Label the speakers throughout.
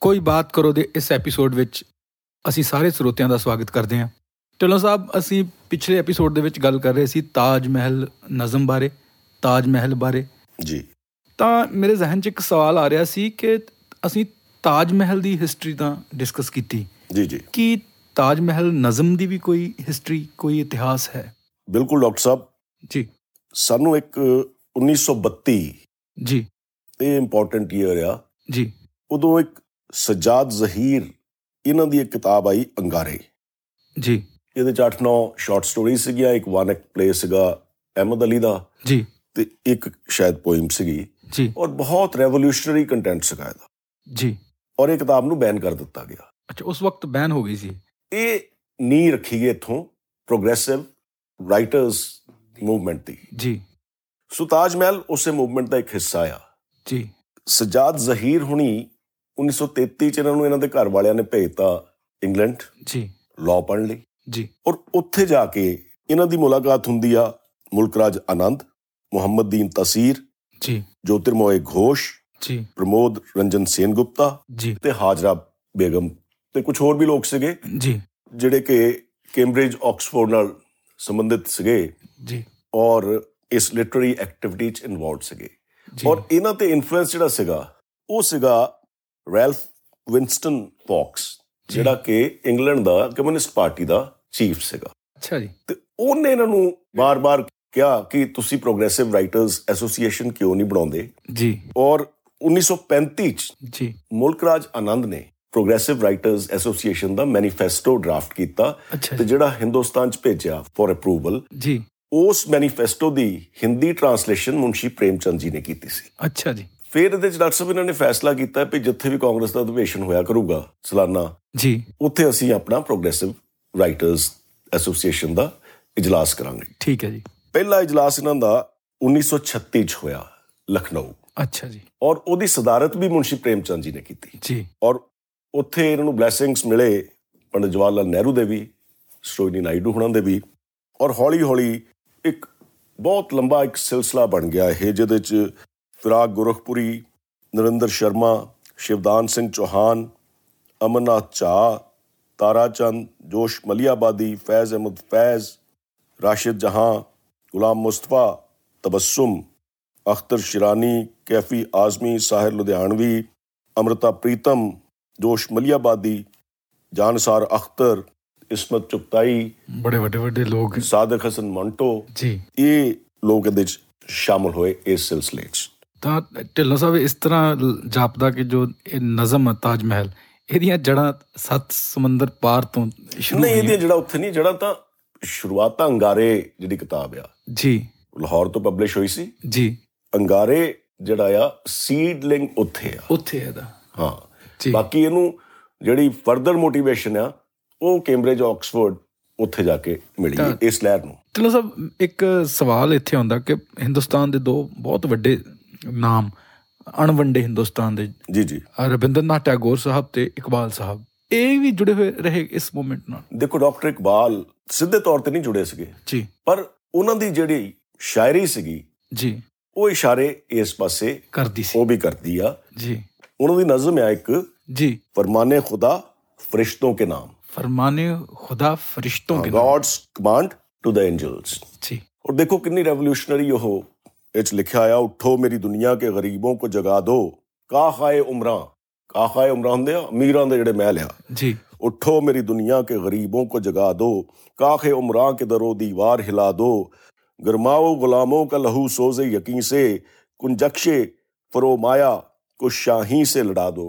Speaker 1: ਕੋਈ ਬਾਤ ਕਰੋ ਦੇ ਇਸ ਐਪੀਸੋਡ ਵਿੱਚ ਅਸੀਂ ਸਾਰੇ ਸਰੋਤਿਆਂ ਦਾ ਸਵਾਗਤ ਕਰਦੇ ਹਾਂ ਢਿੱਲੋਂ ਸਾਹਿਬ ਅਸੀਂ ਪਿਛਲੇ ਐਪੀਸੋਡ ਦੇ ਵਿੱਚ ਗੱਲ ਕਰ ਰਹੇ ਸੀ ਤਾਜ ਮਹਿਲ ਨਜ਼ਮ ਬਾਰੇ ਤਾਜ ਮਹਿਲ ਬਾਰੇ
Speaker 2: ਜੀ
Speaker 1: ਤਾਂ ਮੇਰੇ ਜ਼ਿਹਨ 'ਚ ਇੱਕ ਸਵਾਲ ਆ ਰਿਹਾ ਸੀ ਕਿ ਅਸੀਂ ਤਾਜ ਮਹਿਲ ਦੀ ਹਿਸਟਰੀ ਤਾਂ ਡਿਸਕਸ ਕੀਤੀ
Speaker 2: ਜੀ ਜੀ
Speaker 1: ਕੀ ਤਾਜ ਮਹਿਲ ਨਜ਼ਮ ਦੀ ਵੀ ਕੋਈ ਹਿਸਟਰੀ ਕੋਈ ਇਤਿਹਾਸ ਹੈ
Speaker 2: ਬਿਲਕੁਲ ਡਾਕਟਰ ਸਾਹਿਬ
Speaker 1: ਜੀ
Speaker 2: ਸਾਨੂੰ ਇੱਕ ਅ, 1932
Speaker 1: ਜੀ
Speaker 2: ਇਹ ਇੰਪੋਰਟੈਂਟ ਈਅਰ ਆ
Speaker 1: ਜੀ
Speaker 2: ਉਦੋਂ ਇੱਕ ਸਜਾਦ ਜ਼ਹੀਰ ਇਹਨਾਂ ਦੀ ਇੱਕ ਕਿਤਾਬ ਆਈ ਅੰਗਾਰੇ
Speaker 1: ਜੀ
Speaker 2: ਇਹਦੇ ਚ 8-9 ਸ਼ਾਰਟ ਸਟੋਰੀ ਸੀਗੀਆਂ ਇੱਕ ਵਨ ਐਕਟ ਪਲੇ ਸੀਗਾ ਅਹਿਮਦ ਅਲੀ ਦਾ
Speaker 1: ਜੀ
Speaker 2: ਤੇ ਇੱਕ ਸ਼ਾਇਦ ਪੋਇਮ ਸੀਗੀ
Speaker 1: ਜੀ
Speaker 2: ਔਰ ਬਹੁਤ ਰੈਵੋਲੂਸ਼ਨਰੀ ਕੰਟੈਂਟ ਸੀਗਾ ਇਹਦਾ
Speaker 1: ਜੀ
Speaker 2: ਔਰ ਇਹ ਕਿਤਾਬ ਨੂੰ ਬੈਨ ਕਰ ਦਿੱਤਾ ਗਿਆ
Speaker 1: ਅੱਛਾ ਉਸ ਵਕਤ ਬੈਨ ਹੋ ਗਈ ਸੀ
Speaker 2: ਇਹ ਨੀ ਰੱਖੀ ਗਈ ਇੱਥੋਂ ਪ੍ਰੋਗਰੈਸਿਵ ਰਾਈਟਰਸ ਮੂਵਮੈਂਟ ਦੀ
Speaker 1: ਜੀ
Speaker 2: ਸੋ ਤਾਜ ਮਹਿਲ ਉਸੇ ਮੂਵਮੈਂਟ ਦਾ ਇੱਕ ਹਿੱਸਾ ਆ
Speaker 1: ਜੀ
Speaker 2: ਸਜਾਦ ਜ਼ਹੀਰ ਹੁਣੀ 1933 ਚ ਇਹਨਾਂ ਨੂੰ ਇਹਨਾਂ ਦੇ ਘਰ ਵਾਲਿਆਂ ਨੇ ਭੇਜਤਾ ਇੰਗਲੈਂਡ
Speaker 1: ਜੀ
Speaker 2: ਲਾਅ ਪੜ੍ਹਨ ਲਈ
Speaker 1: ਜੀ
Speaker 2: ਔਰ ਉੱਥੇ ਜਾ ਕੇ ਇਹਨਾਂ ਦੀ ਮੁਲਾਕਾਤ ਹੁੰਦੀ ਆ ਮੁਲਕਰਾਜ ਆਨੰਦ ਮੁਹੰਮਦੀਨ ਤਸੀਰ
Speaker 1: ਜੀ
Speaker 2: ਜੋਤਿਰਮੋਏ ਘੋਸ਼
Speaker 1: ਜੀ
Speaker 2: ਪ੍ਰਮੋਦ ਰੰਜਨ ਸੇਨਗੁਪਤਾ
Speaker 1: ਜੀ
Speaker 2: ਤੇ ਹਾਜਰਾ ਬੇਗਮ ਤੇ ਕੁਝ ਹੋਰ ਵੀ ਲੋਕ ਸੀਗੇ
Speaker 1: ਜੀ
Speaker 2: ਜਿਹੜੇ ਕਿ ਕੈਂਬਰਿਜ ਆਕਸਫੋਰਡ ਨਾਲ ਸੰਬੰਧਿਤ ਸੀਗੇ
Speaker 1: ਜੀ
Speaker 2: ਔਰ ਇਸ ਲਿਟਰੇਰੀ ਐਕਟੀਵਿਟੀ ਚ ਇਨਵੋਲਡ ਸੀਗੇ
Speaker 1: ਜੀ
Speaker 2: ਔਰ ਇਹਨਾਂ ਤੇ ਇਨਫਲੂਐਂਸ ਜਿਹੜਾ ਸੀਗਾ ਉਹ ਸੀਗਾ ਰੈਲਫ ਵਿਨਸਟਨ ਫੌਕਸ
Speaker 1: ਜੀ।
Speaker 2: ਜਿਹੜਾ ਕਿ ਇੰਗਲੈਂਡ ਦਾ ਕਮਿਊਨਿਸਟ ਪਾਰਟੀ ਦਾ ਚੀਫ ਸੀਗਾ
Speaker 1: ਅੱਛਾ ਜੀ
Speaker 2: ਤੇ ਉਹਨੇ ਇਹਨਾਂ ਨੂੰ ਬਾਰ-ਬਾਰ ਕਿਹਾ ਕਿ ਤੁਸੀਂ ਪ੍ਰੋਗਰੈਸਿਵ ਰਾਈਟਰਸ ਐਸੋਸੀਏਸ਼ਨ ਕਿਉਂ ਨਹੀਂ ਬਣਾਉਂਦੇ
Speaker 1: ਜੀ
Speaker 2: ਔਰ 1935 ਚ
Speaker 1: ਜੀ
Speaker 2: ਮੁਲਕਰਾਜ ਆਨੰਦ ਨੇ ਪ੍ਰੋਗਰੈਸਿਵ ਰਾਈਟਰਸ ਐਸੋਸੀਏਸ਼ਨ ਦਾ ਮੈਨੀਫੈਸਟੋ ਡਰਾਫਟ ਕੀਤਾ
Speaker 1: ਅੱਛਾ
Speaker 2: ਤੇ
Speaker 1: ਜੀ
Speaker 2: ਜਿਹੜਾ ਹਿੰਦੁਸਤਾਨ ਚ ਭੇਜਿਆ ਫॉर ਅਪਰੂਵਲ
Speaker 1: ਜੀ
Speaker 2: ਉਸ ਮੈਨੀਫੈਸਟੋ ਦੀ ਹਿੰਦੀ ਟ੍ਰਾਂਸਲੇਸ਼ਨ ਮੁਨਸ਼ੀ ਪ੍ਰੇਮਚੰਦ ਜੀ ਨੇ ਕੀਤੀ ਸੀ
Speaker 1: ਅੱਛਾ ਜੀ
Speaker 2: ਫਿਰ ਇਹਦੇ ਚ ਡਾਕਟਰ ਸਾਹਿਬ ਇਹਨਾਂ ਨੇ ਫੈਸਲਾ ਕੀਤਾ ਵੀ ਜਿੱਥੇ ਵੀ ਕਾਂਗਰਸ ਦਾ ਅਧਿਵੇਸ਼ਨ ਹੋਇਆ ਕਰੂਗਾ ਸਾਲਾਨਾ
Speaker 1: ਜੀ
Speaker 2: ਉੱਥੇ ਅਸੀਂ ਆਪਣਾ ਪ੍ਰੋਗਰੈਸਿਵ ਰਾਈਟਰਸ ਐਸੋਸੀਏਸ਼ਨ ਦਾ ਇਜਲਾਸ ਕਰਾਂਗੇ
Speaker 1: ਠੀਕ ਹੈ ਜੀ
Speaker 2: ਪਹਿਲਾ ਇਜਲਾਸ ਇਹਨਾਂ ਦਾ 1936 ਚ ਹੋਇਆ ਲਖਨਊ
Speaker 1: ਅੱਛਾ ਜੀ
Speaker 2: ਔਰ ਉਹਦੀ ਸਦਾਰਤ ਵੀ ਮੁਨਸ਼ੀ ਪ੍ਰੇਮਚੰਦ ਜੀ ਨੇ ਕੀਤੀ
Speaker 1: ਜੀ
Speaker 2: ਔਰ ਉੱਥੇ ਇਹਨਾਂ ਨੂੰ ਬਲੇਸਿੰਗਸ ਮਿਲੇ ਪੰਡਿਤ ਜਵਾਹਰ ਲਾਲ ਨਹਿਰੂ ਦੇ ਵੀ ਸਰੋਜਨੀ ਨਾਇਡੂ ਹੁਣਾਂ ਦੇ ਵੀ ਔਰ ਹੌਲੀ ਹੌਲੀ ਇੱਕ ਬਹੁਤ ਲੰਬਾ ਇੱਕ ਸਿਲਸਿਲਾ ਬਣ ਗਿਆ ਇਹ ਜਿਹਦੇ ਚ ਫਿਰਾਗ ਗੁਰਖਪੁਰੀ ਨਰਿੰਦਰ ਸ਼ਰਮਾ ਸ਼ਿਵਦਾਨ ਸਿੰਘ ਚੌਹਾਨ ਅਮਰਨਾਥ ਝਾ ਤਾਰਾਚੰਦ ਜੋਸ਼ ਮਲਿਆਬਾਦੀ ਫੈਜ਼ ਅਹਿਮਦ ਫੈਜ਼ ਰਾਸ਼ਿਦ ਜਹਾਂ ਗੁਲਾਮ ਮੁਸਤਫਾ ਤਬਸਮ ਅਖਤਰ ਸ਼ਿਰਾਨੀ ਕੈਫੀ ਆਜ਼ਮੀ ਸਾਹਿਰ ਲੁਧਿਆਣਵੀ ਅਮ੍ਰਿਤਾ ਪ੍ਰੀਤਮ ਜੋਸ਼ ਮਲਿਆਬਾਦੀ ਜਾਨਸਾਰ ਅਖਤਰ ਇਸਮਤ ਚੁਗਤਾਈ
Speaker 1: ਬੜੇ ਵੱਡੇ ਵੱਡੇ ਲੋਕ
Speaker 2: ਸਾਦਕ ਹਸਨ ਮੰਟੋ
Speaker 1: ਜੀ
Speaker 2: ਇਹ ਲੋਕ ਇਹਦੇ ਚ ਸ਼ਾਮਲ ਹੋਏ ਇਸ ਸਿਲਸਿਲੇ 'ਚ
Speaker 1: ਤਾਂ ਢਿੱਲੋਂ ਸਾਹਿਬ ਇਸ ਤਰ੍ਹਾਂ ਲ- ਜਾਪਦਾ ਕਿ ਜੋ ਇਹ ਨਜ਼ਮ ਹੈ ਤਾਜ ਮਹਿਲ ਇਹਦੀਆਂ ਜੜਾਂ ਸੱਤ ਸਮੁੰਦਰ ਪਾਰ ਤੋਂ ਸ਼ੁਰੂ
Speaker 2: ਨਹੀਂ ਇਹਦੀਆਂ
Speaker 1: ਹੋਈਆਂ
Speaker 2: ਜਿਹੜਾ ਉੱਥੇ ਨਹੀਂ ਜਿਹੜਾ ਤਾਂ ਸ਼ੁਰੂਆਤ ਤਾਂ ਅੰਗਾਰੇ ਜਿਹੜੀ ਕਿਤਾਬ ਆ
Speaker 1: ਜੀ
Speaker 2: ਲਾਹੌਰ ਤੋਂ ਪਬਲਿਸ਼ ਹੋਈ ਸੀ
Speaker 1: ਜੀ
Speaker 2: ਅੰਗਾਰੇ ਜਿਹੜਾ ਆ ਸੀਡਲਿੰਗ ਉੱਥੇ ਆ
Speaker 1: ਉੱਥੇ ਹੈ ਇਹਦਾ
Speaker 2: ਹਾਂ
Speaker 1: ਜੀ
Speaker 2: ਬਾਕੀ ਇਹਨੂੰ ਜਿਹੜੀ ਫਰਦਰ ਮੋਟੀਵੇਸ਼ਨ ਆ ਉਹ ਕੈਂਬਰਿਜ ਆਕਸਫੋਰਡ ਉੱਥੇ ਜਾ ਕੇ ਮਿਲੀ
Speaker 1: ਤਾਂ-
Speaker 2: ਇਸ ਲਹਿਰ ਨੂੰ
Speaker 1: ਚਲੋ ਸਾਹਿਬ ਇੱਕ ਸਵਾਲ ਇੱਥੇ ਆਉਂਦਾ ਕਿ ਹਿੰਦੁਸਤਾਨ ਦੇ ਦੋ ਬਹੁਤ ਵੱਡੇ ਨਾਮ ਅਣਵੰਡੇ ਹਿੰਦੁਸਤਾਨ ਦੇ
Speaker 2: ਜੀ ਜੀ
Speaker 1: ਰਵਿੰਦਰਨਾਥ ਟੈਗੋਰ ਸਾਹਿਬ ਤੇ ਇਕਬਾਲ ਸਾਹਿਬ ਇਹ ਵੀ ਜੁੜੇ ਹੋਏ ਰਹੇ ਇਸ ਮੂਵਮੈਂਟ ਨਾਲ
Speaker 2: ਦੇਖੋ ਡਾਕਟਰ ਇਕਬਾਲ ਸਿੱਧੇ ਤੌਰ ਤੇ ਨਹੀਂ ਜੁੜੇ ਸੀਗੇ
Speaker 1: ਜੀ
Speaker 2: ਪਰ ਉਹਨਾਂ ਦੀ ਜਿਹੜੀ ਸ਼ਾਇਰੀ ਸੀਗੀ
Speaker 1: ਜੀ
Speaker 2: ਉਹ ਇਸ਼ਾਰੇ ਇਸ ਪਾਸੇ
Speaker 1: ਕਰਦੀ ਸੀ
Speaker 2: ਉਹ ਵੀ ਕਰਦੀ ਆ
Speaker 1: ਜੀ
Speaker 2: ਉਹਨਾਂ ਦੀ ਨਜ਼ਮ ਆ ਇੱਕ
Speaker 1: ਜੀ
Speaker 2: ਫਰਮਾਨੇ ਖੁਦਾ ਫਰਿਸ਼ਤੋਂ ਕੇ ਨਾਮ
Speaker 1: ਫਰਮਾਨੇ ਖੁਦਾ ਫਰਿਸ਼ਤੋਂ ਕੇ ਨਾਮ
Speaker 2: God's command to the angels
Speaker 1: ਜੀ
Speaker 2: ਔਰ ਦੇਖੋ ਕਿੰਨੀ ਰੈਵੋਲੂਸ਼ਨਰੀ ਉਹ ਇਹ 'ਚ ਲਿਖਿਆ ਆ ਉਠੋ ਮੇਰੀ ਦੁਨੀਆ ਕੇ ਗਰੀਬੋਂ ਕੋ ਜਗਾ ਦੋ ਕਾਹਾਏ ਉਮਰਾਂ ਕਾਹਾਏ ਉਮਰਾਂ ਹੁੰਦੇ ਆ ਅਮੀਰਾਂ ਦੇ ਜਿਹੜੇ ਮਹਿਲ ਆ
Speaker 1: ਜੀ
Speaker 2: उठो मेरी दुनिया के गरीबों को जगा दो काखे उमरा के दरो दीवार हिला दो गरमाओ गुलामों का लहू सोजे यकीन से कुंजक्षे फरोमाया को शाही से लड़ा दो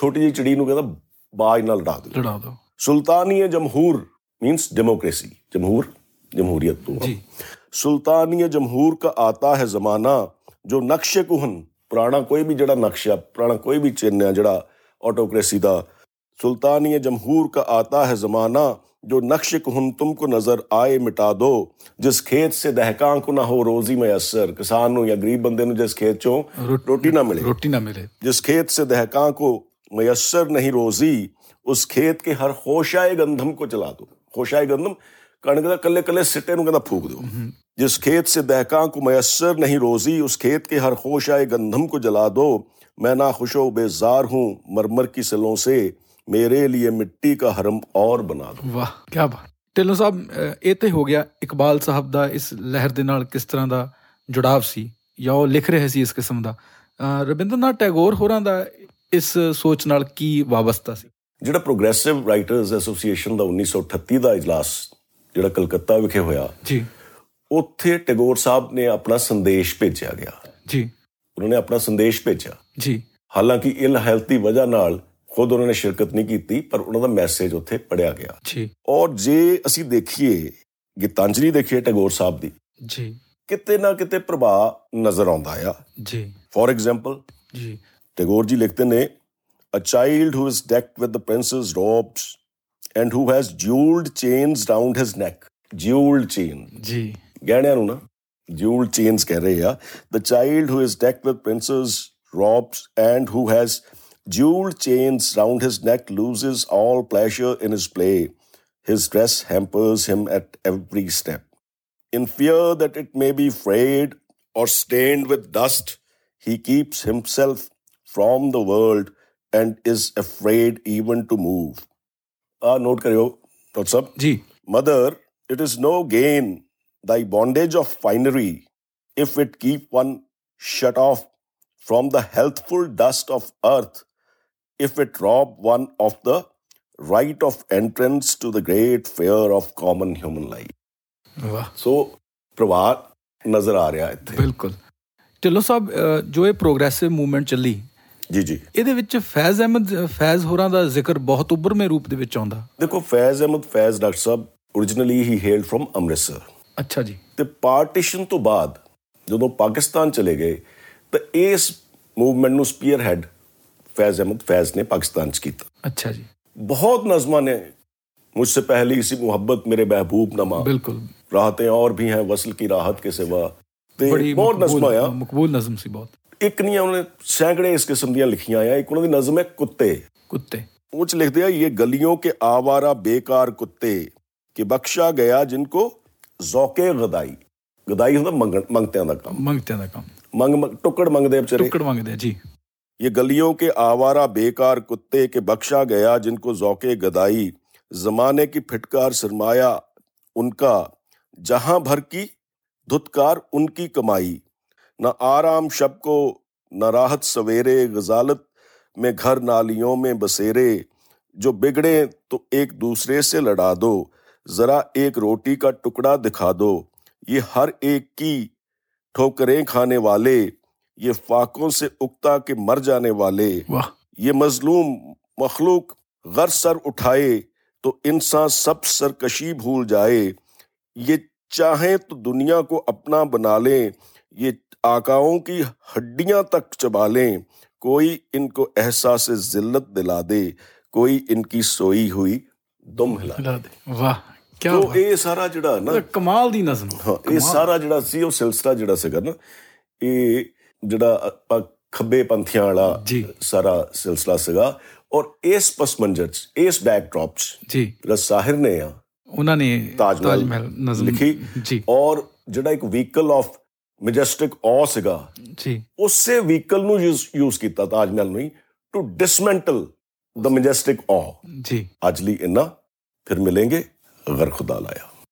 Speaker 2: छोटी जी चिड़ी ਨੂੰ ਕਹਿੰਦਾ ਬਾਜ ਨਾਲ ਲੜਾ ਦਿਓ
Speaker 1: ਲੜਾ ਦੋ
Speaker 2: ਸੁਲਤਾਨੀਏ ਜਮਹੂਰ ਮੀਨਸ ਡੈਮੋਕ੍ਰੇਸੀ ਜਮਹੂਰ ਜਮਹੂਰੀਅਤ ਤੋਂ
Speaker 1: ਜੀ
Speaker 2: ਸੁਲਤਾਨੀਏ ਜਮਹੂਰ ਕਾ ਆਤਾ ਹੈ ਜ਼ਮਾਨਾ ਜੋ ਨਕਸ਼ੇ ਕੁਹਨ ਪੁਰਾਣਾ ਕੋਈ ਵੀ ਜਿਹੜਾ ਨਕਸ਼ਾ ਪੁਰਾਣਾ ਕੋਈ ਵੀ ਚਿੰਨ੍ਹ ਹੈ ਜਿਹੜਾ ਆਟੋਕ੍ਰੇਸੀ ਦਾ सुल्तानी जमहूर का आता है जमाना जो नक्श कुहन तुमको नजर आए मिटा दो जिस खेत से दहकां को ना हो रोजी मैसर किसान ਨੂੰ ਜਾਂ ਗਰੀਬ ਬੰਦੇ ਨੂੰ ਜਿਸ ਖੇਤ ਚੋਂ
Speaker 1: ਰੋਟ-
Speaker 2: ਰੋਟੀ ਨਾ ਮਿਲੇ
Speaker 1: ਰੋਟੀ ਨਾ ਮਿਲੇ
Speaker 2: ਜਿਸ ਖੇਤ ਸੇ ਦਹਕਾਂ ਕੋ ਮਯਸਰ ਨਹੀਂ ਰੋਜ਼ੀ ਉਸ ਖੇਤ ਕੇ ਹਰ ਖੋਸ਼ਾਏ ਗੰਧਮ ਕੋ ਚਲਾ ਦੋ ਖੋਸ਼ਾਏ ਗੰਧਮ ਕਣਕ ਦਾ ਕੱਲੇ ਕੱਲੇ ਸਿੱਟੇ ਨੂੰ ਕਹਿੰਦਾ ਫੂਕ ਦਿਓ जिस खेत से दहका को मैसर नहीं रोजी उस खेत के हर होश आए गंधम को जला दो मैं ना खुशो बेजार हूँ मरमर की सिलों से मेरे लिए मिट्टी का हरम और बना दो
Speaker 1: ਵਾਹ ਕੀ ਬਾਤ ਢਿੱਲੋਂ ਸਾਹਿਬ ਅਹ, ਇਹ ਤੇ ਹੋ ਗਿਆ ਇਕਬਾਲ ਸਾਹਿਬ ਦਾ ਇਸ ਲਹਿਰ ਦੇ ਨਾਲ ਕਿਸ ਤਰ੍ਹਾਂ ਦਾ ਜੁੜਾਵ ਸੀ ਜਾਂ ਉਹ ਲਿਖ ਰਹੇ ਸੀ ਇਸ ਕਿਸਮ ਦਾ ਅਹ, ਰਬਿੰਦਰਨਾਥ ਟੈਗੋਰ ਹੋਰਾਂ ਦਾ ਇਸ ਸੋਚ ਨਾਲ ਕੀ ਵਾਬਸਤਾ ਸੀ
Speaker 2: ਜਿਹੜਾ ਪ੍ਰੋਗਰੈਸਿਵ ਰਾਈਟਰਸ ਐਸੋਸੀਏਸ਼ਨ ਦਾ 1938 ਦਾ ਇਜਲਾਸ ਜਿਹੜਾ ਕਲਕੱਤਾ ਵਿਖੇ ਹੋਇਆ
Speaker 1: ਜੀ
Speaker 2: ਉੱਥੇ ਟੈਗੋਰ ਸਾਹਿਬ ਨੇ ਆਪਣਾ ਸੰਦੇਸ਼ ਭੇਜਿਆ ਗਿਆ
Speaker 1: ਜੀ
Speaker 2: ਉਹਨਾਂ ਨੇ ਆਪਣਾ ਸੰਦੇਸ਼ ਭੇਜਿਆ
Speaker 1: ਜੀ
Speaker 2: ਹਾਲਾਂਕਿ ਇਲ ਹੈਲਥ ਦੀ ਵਜ੍ਹਾ ਨਾਲ ਖੁਦ ਉਹਨਾਂ ਨੇ ਸ਼ਿਰਕਤ ਨਹੀਂ ਕੀਤੀ ਪਰ ਉਹਨਾਂ ਦਾ ਮੈਸੇਜ ਉੱਥੇ ਪੜਿਆ ਗਿਆ
Speaker 1: ਜੀ
Speaker 2: ਔਰ ਜੇ ਅਸੀਂ ਦੇਖੀਏ ਗੀਤਾਂਜਲੀ ਦੇਖੀਏ ਟੈਗੋਰ ਸਾਹਿਬ ਦੀ
Speaker 1: ਜੀ
Speaker 2: ਕਿਤੇ ਨਾ ਕਿਤੇ ਪ੍ਰਭਾਵ ਨਜ਼ਰ ਆਉਂਦਾ ਆ
Speaker 1: ਜੀ
Speaker 2: ਫੋਰ ਐਗਜ਼ਾਮਪਲ
Speaker 1: ਜੀ
Speaker 2: ਟੈਗੋਰ ਜੀ ਲਿਖਦੇ ਨੇ a child who is decked with the prince's robes and who has jewelled chains round his neck jewelled chain
Speaker 1: ਜੀ
Speaker 2: ਗਹਿਣਿਆਂ ਨੂੰ ਨਾ ਜਿਊਲਡ ਚੇਨਸ ਕਹਿ ਰਹੇ ਆ the child who is decked with prince's robes and who has jewelled chains round his neck loses all pleasure in his play His dress hampers him at every step. In fear that it may be frayed or stained with dust, he keeps himself from the world and is afraid even to move. Ah, note kariyo, what's up?
Speaker 1: ਜੀ
Speaker 2: Mother, it is no gain, thy bondage of finery, if it keep one shut off from the healthful dust of earth, if it rob one of the right of entrance to the great fair of common human life.
Speaker 1: ਵਾਹ
Speaker 2: So, ਪ੍ਰਭਾਵ ਨਜ਼ਰ ਆ ਰਿਹਾ ਇੱਥੇ
Speaker 1: ਬਿਲਕੁਲ ਢਿੱਲੋਂ ਸਾਹਿਬ ਅਹ, ਜੋ ਇਹ progressive movement ਚੱਲੀ
Speaker 2: ਜੀ ਜੀ
Speaker 1: ਇਹਦੇ ਵਿੱਚ ਫੈਜ਼ ਅਹਿਮਦ ਫੈਜ਼ ਹੋਰਾਂ ਦਾ ਜ਼ਿਕਰ ਬਹੁਤ ਉੱਭਰਵੇਂ ਰੂਪ ਦੇ ਵਿੱਚ ਆਉਂਦਾ
Speaker 2: ਦੇਖੋ ਫੈਜ਼ ਅਹਿਮਦ ਫੈਜ਼ ਡਾਕਟਰ ਸਾਹਿਬ originally ਹੀ hailed from ਅੰਮ੍ਰਿਤਸਰ
Speaker 1: ਅੱਛਾ ਜੀ
Speaker 2: ਤੇ ਪਾਰਟੀਸ਼ਨ ਤੋਂ ਬਾਅਦ ਜਦੋਂ ਪਾਕਿਸਤਾਨ ਚਲੇ ਗਏ ਤਾਂ ਇਸ ਮੂਵਮੈਂਟ ਨੂੰ ਸਪੀਅਰ ਹੈਡ ਫੈਜ਼ ਅਹਿਮਦ ਫੈਜ਼ ਨੇ ਪਾਕਿਸਤਾਨ 'ਚ ਕੀਤਾ
Speaker 1: ਅੱਛਾ ਜੀ
Speaker 2: ਬਹੁਤ ਨਜ਼ਮਾਂ ਨੇ ਮੁਝ ਸੇ ਪਹਿਲੀ ਸੀ ਮੁਹੱਬਤ ਮੇਰੇ ਮਹਿਬੂਬ ਨਮਾ
Speaker 1: ਬਿਲਕੁਲ
Speaker 2: ਰਾਹਤੇ ਔਰ ਵੀ ਹੈ ਵਸਲ ਕੀ ਰਾਹਤ ਕੇ ਸਿਵਾ ਤੇ
Speaker 1: ਬੜੀ
Speaker 2: ਬਹੁਤ ਨਜ਼ਮਾਂ
Speaker 1: ਮਕਬੂਲ
Speaker 2: ਆ
Speaker 1: ਮਕਬੂਲ ਨਜ਼ਮ ਸੀ ਬਹੁਤ
Speaker 2: ਇੱਕ ਨਹੀਂ ਆ, ਉਹਨੇ ਸੈਂਕੜੇ ਇਸ ਕਿਸਮ ਦੀਆਂ ਲਿਖੀਆਂ ਆ ਇੱਕ ਉਹਨਾਂ ਦੀ ਨਜ਼ਮ ਹੈ ਕੁੱਤੇ
Speaker 1: ਕੁੱਤੇ
Speaker 2: वो च लिखते हैं ये गलियों के आवारा बेकार कुत्ते कि बख्शा गया जिनको ਜ਼ੌਕੇ ਗਦਾਈ ਗਦਾਈ ਹੁੰਦਾ ਮੰਗਣ ਮੰਗਤਿਆਂ ਦਾ ਕੰਮ
Speaker 1: ਮੰਗਤਿਆਂ ਦਾ ਕੰਮ
Speaker 2: ਮੰਗ ਮੰਗ ਟੁੱਕੜ ਮੰਗਦੇ ਵਿਚਾਰੇ
Speaker 1: ਟੁੱਕੜ ਮੰਗਦੇ ਆ ਜੀ
Speaker 2: ਇਹ ਗਲੀਆਂ ਕੇ ਆਵਾਰਾ ਬੇਕਾਰ ਕੁੱਤੇ ਕੇ ਬਖਸ਼ਾ ਗਿਆ ਜਿਨਕੋ ਜ਼ੌਕੇ ਗਦਾਈ ਜ਼ਮਾਨੇ ਕੀ ਫਿਟਕਾਰ ਸਰਮਾਇਆ ਉਨਕਾ ਜਹਾਂ ਭਰ ਕੀ ਧੁਤਕਾਰ ਉਨਕੀ ਕਮਾਈ ਨਾ ਆराम ਸ਼ਬ ਕੋ ਨਾ ਰਾਹਤ ਸਵੇਰੇ ਗਜ਼ਾਲਤ में घर नालियों में बसेरे जो बिगड़े तो एक दूसरे से लड़ा दो जरा एक रोटी का टुकड़ा दिखा दो ये हर एक की ठोकरें खाने वाले ये फाकों से उगता के मर जाने वाले
Speaker 1: ਵਾਹ
Speaker 2: ये मजलूम मखलूक गर सर उठाए तो इंसान सब सरकशी भूल जाए ये चाहे तो दुनिया को अपना बना लें ये आकाओं की हड्डियां तक चबा लें कोई इनको एहसास जिल्लत दिला दे कोई इनकी सोई हुई दुम हिला दे।
Speaker 1: ਲਾ ਦੇ ਵਾਹ ਕੀ
Speaker 2: तो ये सारा जड़ा ना
Speaker 1: ਕਮਾਲ ਦੀ ਨਜ਼ਮ
Speaker 2: ਹਾਂ ਇਹ ਸਾਰਾ ਜਿਹੜਾ ਸੀ ਉਹ ਸਿਲਸਿਲਾ ਜਿਹੜਾ ਸੀਗਾ ਨਾ ਇਹ ਜਿਹੜਾ ਆਪਾਂ ਖੱਬੇ ਪੰਥੀਆਂ ਵਾਲਾ
Speaker 1: ਜੀ।
Speaker 2: ਸਾਰਾ ਸਿਲਸਿਲਾ ਸੀਗਾ ਔਰ ਇਸ ਪਸਮੰਜਰ ਚ ਇਸ ਬੈਕਡ੍ਰੌਪ ਚ
Speaker 1: ਜੀ
Speaker 2: ਜਿਹੜਾ ਸਾਹਿਰ ਨੇ ਆ
Speaker 1: ਉਹਨਾਂ ਨੇ
Speaker 2: ਤਾਜ ਮਹਿਲ
Speaker 1: ਤਾਜ ਮਹਿਲ ਨਜ਼ਮ
Speaker 2: ਲਿਖੀ।
Speaker 1: ਜੀ
Speaker 2: ਔਰ ਜਿਹੜਾ ਇੱਕ ਵਹੀਕਲ ਆਫ ਮੈਜੈਸਟਿਕ ਔ ਸੀਗਾ
Speaker 1: ਜੀ
Speaker 2: ਉਸੇ ਵਹੀਕਲ ਨੂੰ ਯੂਜ਼ ਕੀਤਾ ਤਾਜ ਮਹਿਲ ਨੂੰ ਟੂ ਡਿਸਮੈਂਟਲ ਦ ਮੈਜੈਸਟਿਕ ਔ
Speaker 1: ਜੀ
Speaker 2: ਅੱਜ ਲਈ ਇੰਨਾ ਫਿਰ ਮਿਲਾਂਗੇ ਅਗਰ ਖੁਦਾ ਲਾਇਆ